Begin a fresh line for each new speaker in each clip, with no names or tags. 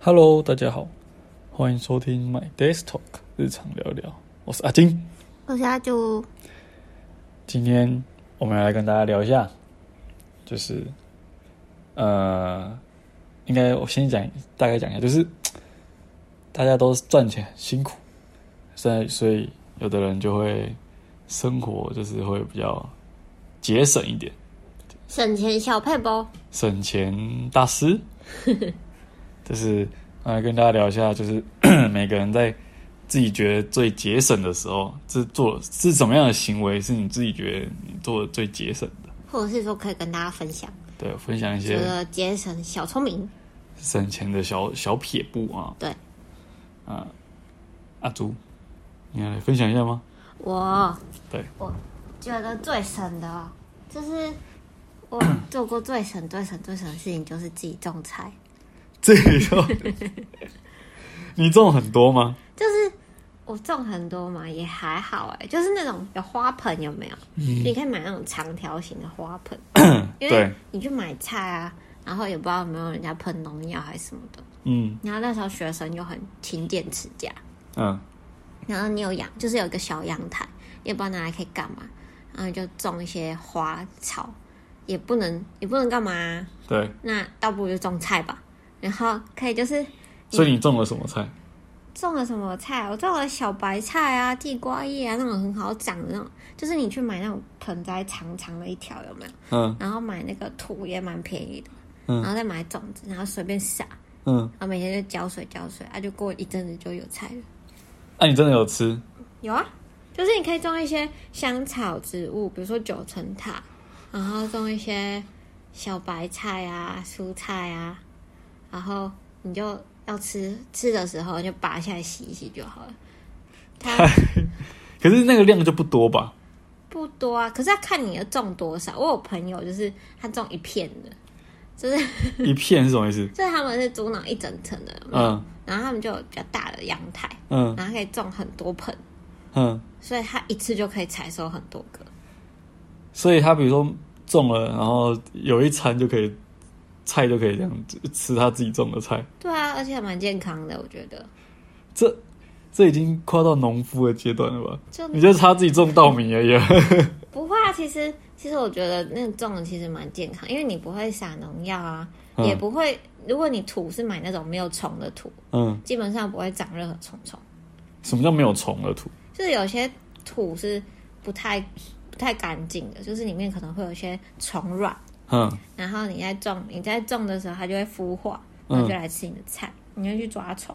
Hello，大家好，欢迎收听 My Desk Talk 日常聊一聊，我是阿金。
我是阿朱，
今天我们来跟大家聊一下，就是呃，应该我先讲大概讲一下，就是大家都赚钱很辛苦，所以所以有的人就会生活就是会比较节省一点，
省钱小配包。
省钱大师，就是来跟大家聊一下，就是 每个人在自己觉得最节省的时候，是做是怎么样的行为，是你自己觉得你做的最节省的。
或者是说可以跟大家分享，
对，分享一
这
些
个节省小聪明。
省钱的小小撇步啊。
对，
啊，阿朱，你要来分享一下吗？
我
对，
我觉得最省的哦，就是我做过最省、最省、最省的事情，就是自己种菜。
这个就你中很多吗？
就是我种很多嘛，也还好哎，就是那种有花盆有没有？
嗯
你可以买那种长条形的花 盆，因为
对，
你去买菜啊，然后也不知道有没有人家喷农药还是什么的。
嗯
然后那时候学生又很勤俭持家，
嗯，
然后你有养，就是有一个小阳台，也不知道拿来可以干嘛，然后就种一些花草，也不能也不能干嘛啊、
对。
那倒不如就种菜吧。然后可以就是
所以你种了什么菜？
种了什么菜，我种了小白菜啊、地瓜叶啊那种很好长的那种，就是你去买那种盆栽长长的一条有没有？
嗯
然后买那个土也蛮便宜的，
嗯
然后再买种子，然后随便撒，
嗯，
然后每天就浇水浇水，啊就过一阵子就有菜了。
那、啊你真的有吃？
有啊，就是你可以种一些香草植物，比如说九层塔，然后种一些小白啊菜啊、蔬菜啊，然后你就要吃吃的时候你就拔下来洗一洗就好了。它
可是那个量就不多吧？
不多啊，可是要看你要种多少。我有朋友就是他种一片的，就是？
一片是什么意思
就是他们是租那种一整层的，
嗯
然后他们就有比较大的阳台，
嗯
然后可以种很多盆，
嗯，
所以他一次就可以采收很多个。
所以他比如说种了，然后有一餐就可以菜就可以这样子吃他自己种的菜，
对啊，而且还蛮健康的，我觉得。
这这已经跨到农夫的阶段了吧？
就
你就是他自己种稻米而已啊。
不会啊，其实其实我觉得那种的其实蛮健康，因为你不会撒农药啊，
嗯
也不会。如果你土是买那种没有虫的土，
嗯，
基本上不会长任何虫虫。
什么叫没有虫的土？
就是有些土是不太不太干净的，就是里面可能会有一些虫卵，
嗯，
然后你在种你在种的时候，它就会孵化，然后就来吃你的菜，你就去抓虫。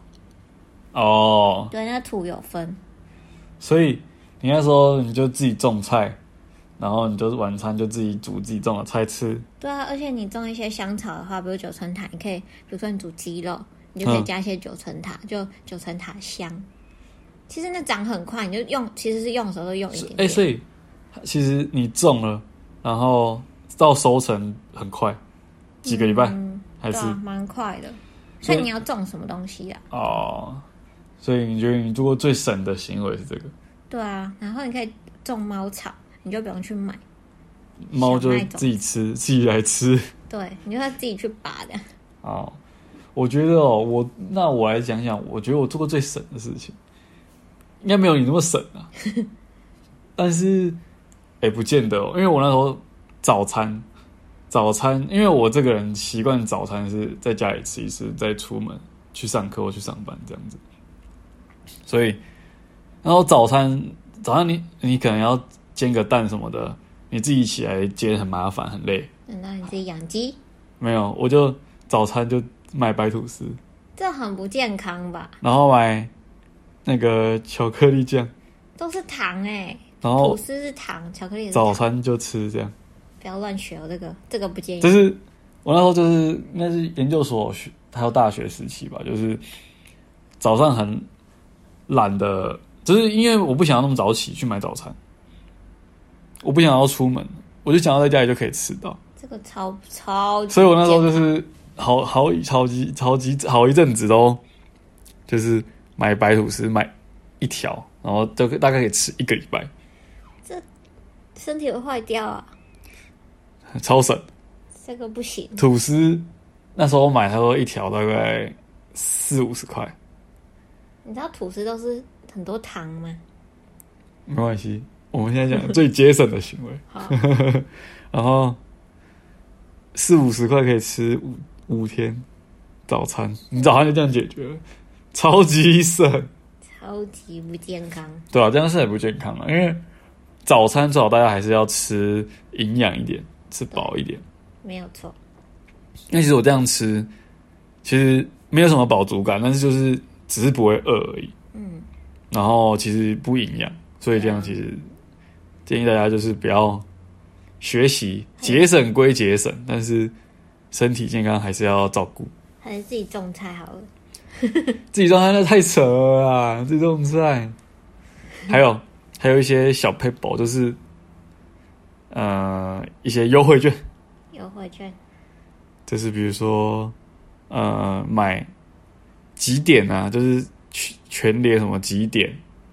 哦，
对，那土有分，
所以你那时候你就自己种菜，然后你就是晚餐就自己煮自己种的菜吃。
对啊，而且你种一些香草的话，比如九层塔，你可以，比如说你煮鸡肉，你就可以
嗯
加一些九层塔，就九层塔香。其实那长很快，你就用，其实是用的时候都用一点
哎、
点。
所以其实你种了，然后到收成很快，几个礼拜、
嗯，
还
对
是
啊，蛮快的。
所
所
以
以你要种什么东西啊？
哦，所以你觉得你做过最省的行为是这个？
对啊，然后你可以种猫草，你就不用去买，
猫就
小
是
麦种
自己吃，自己来吃。
对，你就要自己去拔的。
哦，我觉得哦，我那我来讲讲，我觉得我做过最省的事情，应该没有你那么省啊。但是，哎、不见得哦，因为我那时候早餐，早餐，因为我这个人习惯早餐是在家里吃一吃，再出门去上课或去上班这样子，所以，然后早餐，早上你你可能要煎个蛋什么的，你自己起来煎很麻烦很累。
难道你自己养鸡？
没有，我就早餐就买白吐司，
这很不健康吧？
然后买那个巧克力酱，
都是糖哎、
然
吐
后
司是糖，巧克力也是
早
糖，
餐就吃这样。
不要乱学哦，这个这个不建议。
就是我那时候就是应该是研究所学还有大学时期吧，就是早上很懒得，就是因为我不想要那么早起去买早餐，我不想要出门，我就想要在家里就可以吃到。
这个超超 级，
所以我那时候就是好好超级超级好一阵子都就是买白吐司买一条，然后就大概可以吃一个礼拜，
身体会坏掉啊，
超省。
这个不行。
吐司那时候买，他说一条大概四五十块，
你知道吐司都是很多糖吗？
没关系。我们现在讲最节省的行为，
好，
然后四五十块可以吃五五天早餐，你早餐就这样解决了，超级省，
超级不健康。
对啊，这样是很不健康啊，因为早餐最好大家还是要吃营养一点，吃饱一点。
没有错，
那其实我这样吃，其实没有什么饱足感，但是就是只是不会饿而已。
嗯，
然后其实不营养，所以这样其实建议大家就是不要学习节省归节省，但是身体健康还是要照顾。
还是自己种菜好了。
自己种菜那太扯了啦，自己种菜。还有还有一些小 p a p e 就是呃一些优惠券，
优惠券，
就是比如说呃买几点啊，就是全全联什么几点，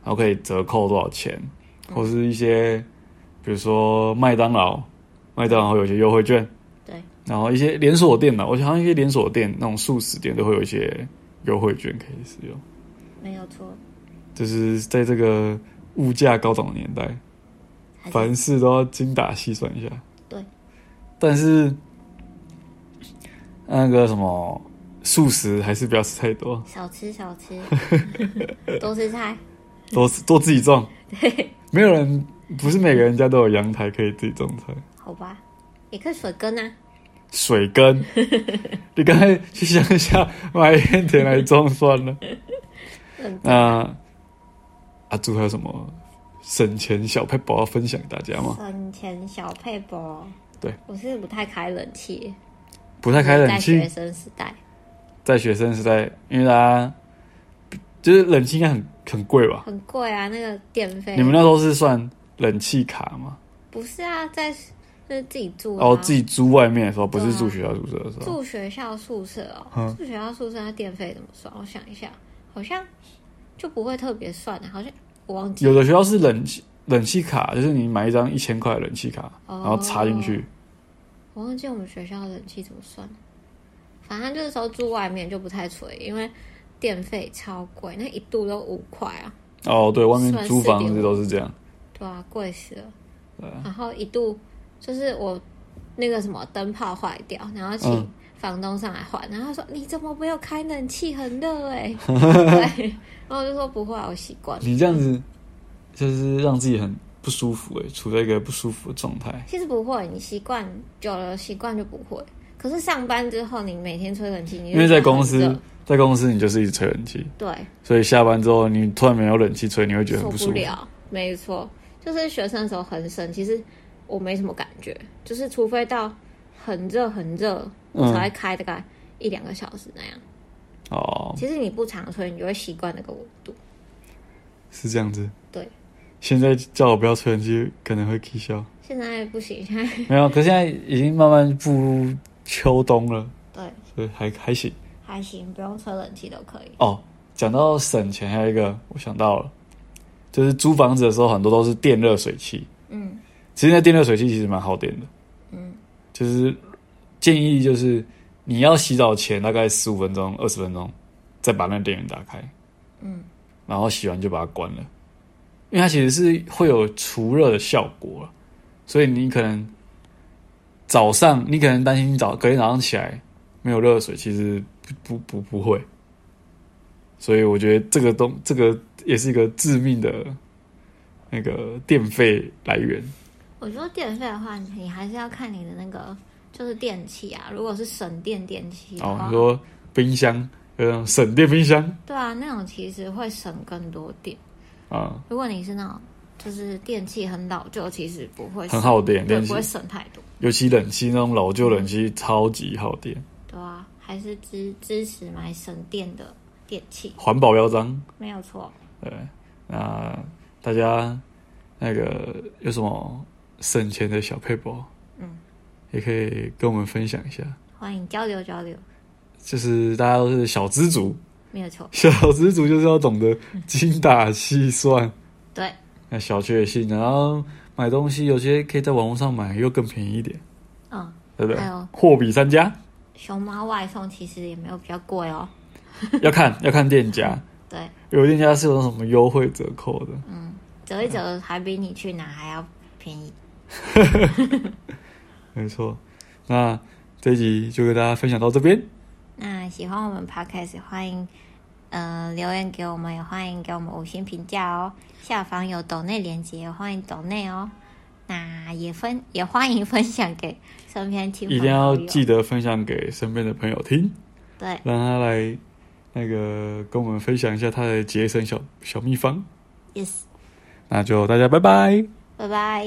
然后可以折扣多少钱，或是一些比如说麦当劳，麦当劳会有一些优惠券，
对，
然后一些连锁店啊呢，我想一些连锁店那种素食店都会有一些优惠券可以使用，
没有错。
就是在这个物价高涨的年
哎
代，
还是
凡事都要精打细算一下。
对，
但是那个什么素食还是不要吃太多，
少吃少吃，多吃菜。
多吃多自己种。
对，
没有人不是每个人家都有阳台可以自己种菜，
好吧，也可以水根啊。
水根， 你刚才去乡下买一片田来种算 了。
嗯，
那阿朱还有什么省钱小配宝要分享给大家吗？
省钱小配博。
哦对，
我是不太开冷气，
不太开冷气
在学，生时代，
在学生时代，因为大家就是冷气应该很很贵吧？
很贵啊，那个电费。
你们那时候是算冷气卡吗？
不是啊，在就是自己住、啊，
哦，自己租外面的时候，不是
对啊
住学校宿舍的时候，
住学校宿舍哦，
嗯
住学校宿舍它电费怎么算？我想一下，好像就不会特别算啊的，好像我忘记
有的学校是冷气冷气卡，就是你买一张一千块的冷气卡，
哦
然后插进去，
我忘记我们学校的冷气怎么算了。反正就是说住外面就不太吹，因为电费超贵，那一度都五块啊，
哦，对外面
算
租房
4.5
子都是这样，
对啊，贵死了。
对啊
然后一度就是我那个什么灯泡坏掉，然后请
嗯
房东上来换，然后他说你怎么没有开冷气，很热 哎、对，然后我就说不会啊，我习惯了。
你这样子就是让自己很不舒服诶、处在一个不舒服的状态，
其实不会，你习惯久了习惯就不会。可是上班之后，你每天吹冷气，你就
因为在
觉得很
公司
热
在公司你就是一直吹冷气，
对
所以下班之后你突然没有冷气吹，你会觉得
受
很舒服。
了，没错，就是学生的时候很省，其实我没什么感觉，就是除非到很热很热，我
嗯
才会开大概一两个小时那样。
哦，
其实你不常吹，你就会习惯那个温度。
是这样子。
对，
现在叫我不要吹冷气，可能会气消。
现在不行，现在
没有，可现在已经慢慢步入秋冬了，
对
所以还还行。
还行，不用吹冷气都可以。
哦，讲到省钱，还有一个我想到了，就是租房子的时候，很多都是电热水器。
嗯，
其实那电热水器其实蛮耗电的。
嗯，
就是建议就是你要洗澡前大概十五分钟、二十分钟，再把那个电源打开。
嗯，
然后洗完就把它关了，因为它其实是会有除热的效果啊，所以你可能早上你可能担心你早隔天早上起来没有热水，其实不不不不会。所以我觉得这个东这个也是一个致命的那个电费来源。
我觉得电费的话，你还是要看你的那个就是电器啊。如果是省电电器的
哦，
话，
你说冰箱有那种省电冰箱
对啊，那种其实会省更多电。
啊、
如果你是那种就是电器很老旧，其实不会省
很耗电，
对
电，
不
器
会省太多。
尤其冷气那种老旧冷气超级耗电，
对啊，还是支支持买省电的电器，
环保标章。
没有错。
对，那大家那个有什么省钱的小配博，
嗯，
也可以跟我们分享一下。
欢迎交流交流，
就是大家都是小资族，
没有错。
小资族就是要懂得精打细算，
对，
那小确幸，然后买东西有些可以在网络上买，又更便宜一点，
嗯，
对不对
还有？
货比三家，
熊猫外送其实也没有比较贵哦，
要看要看店家，
对，
有店家是有那种什么优惠折扣的。
折一折还比你去哪还要便宜。
没错，那这一集就跟大家分享到这边。
那喜欢我们 podcast，欢迎呃留言给我们，也欢迎给我们五星评价哦。下方有抖内连接，欢迎抖内哦。那也分也欢迎分享给身边亲朋
一
好
定
友
要记得分享给身边的朋友听，
对
让他来那个跟我们分享一下他的节省小小秘方。
，yes，
那就大家拜拜。
拜拜。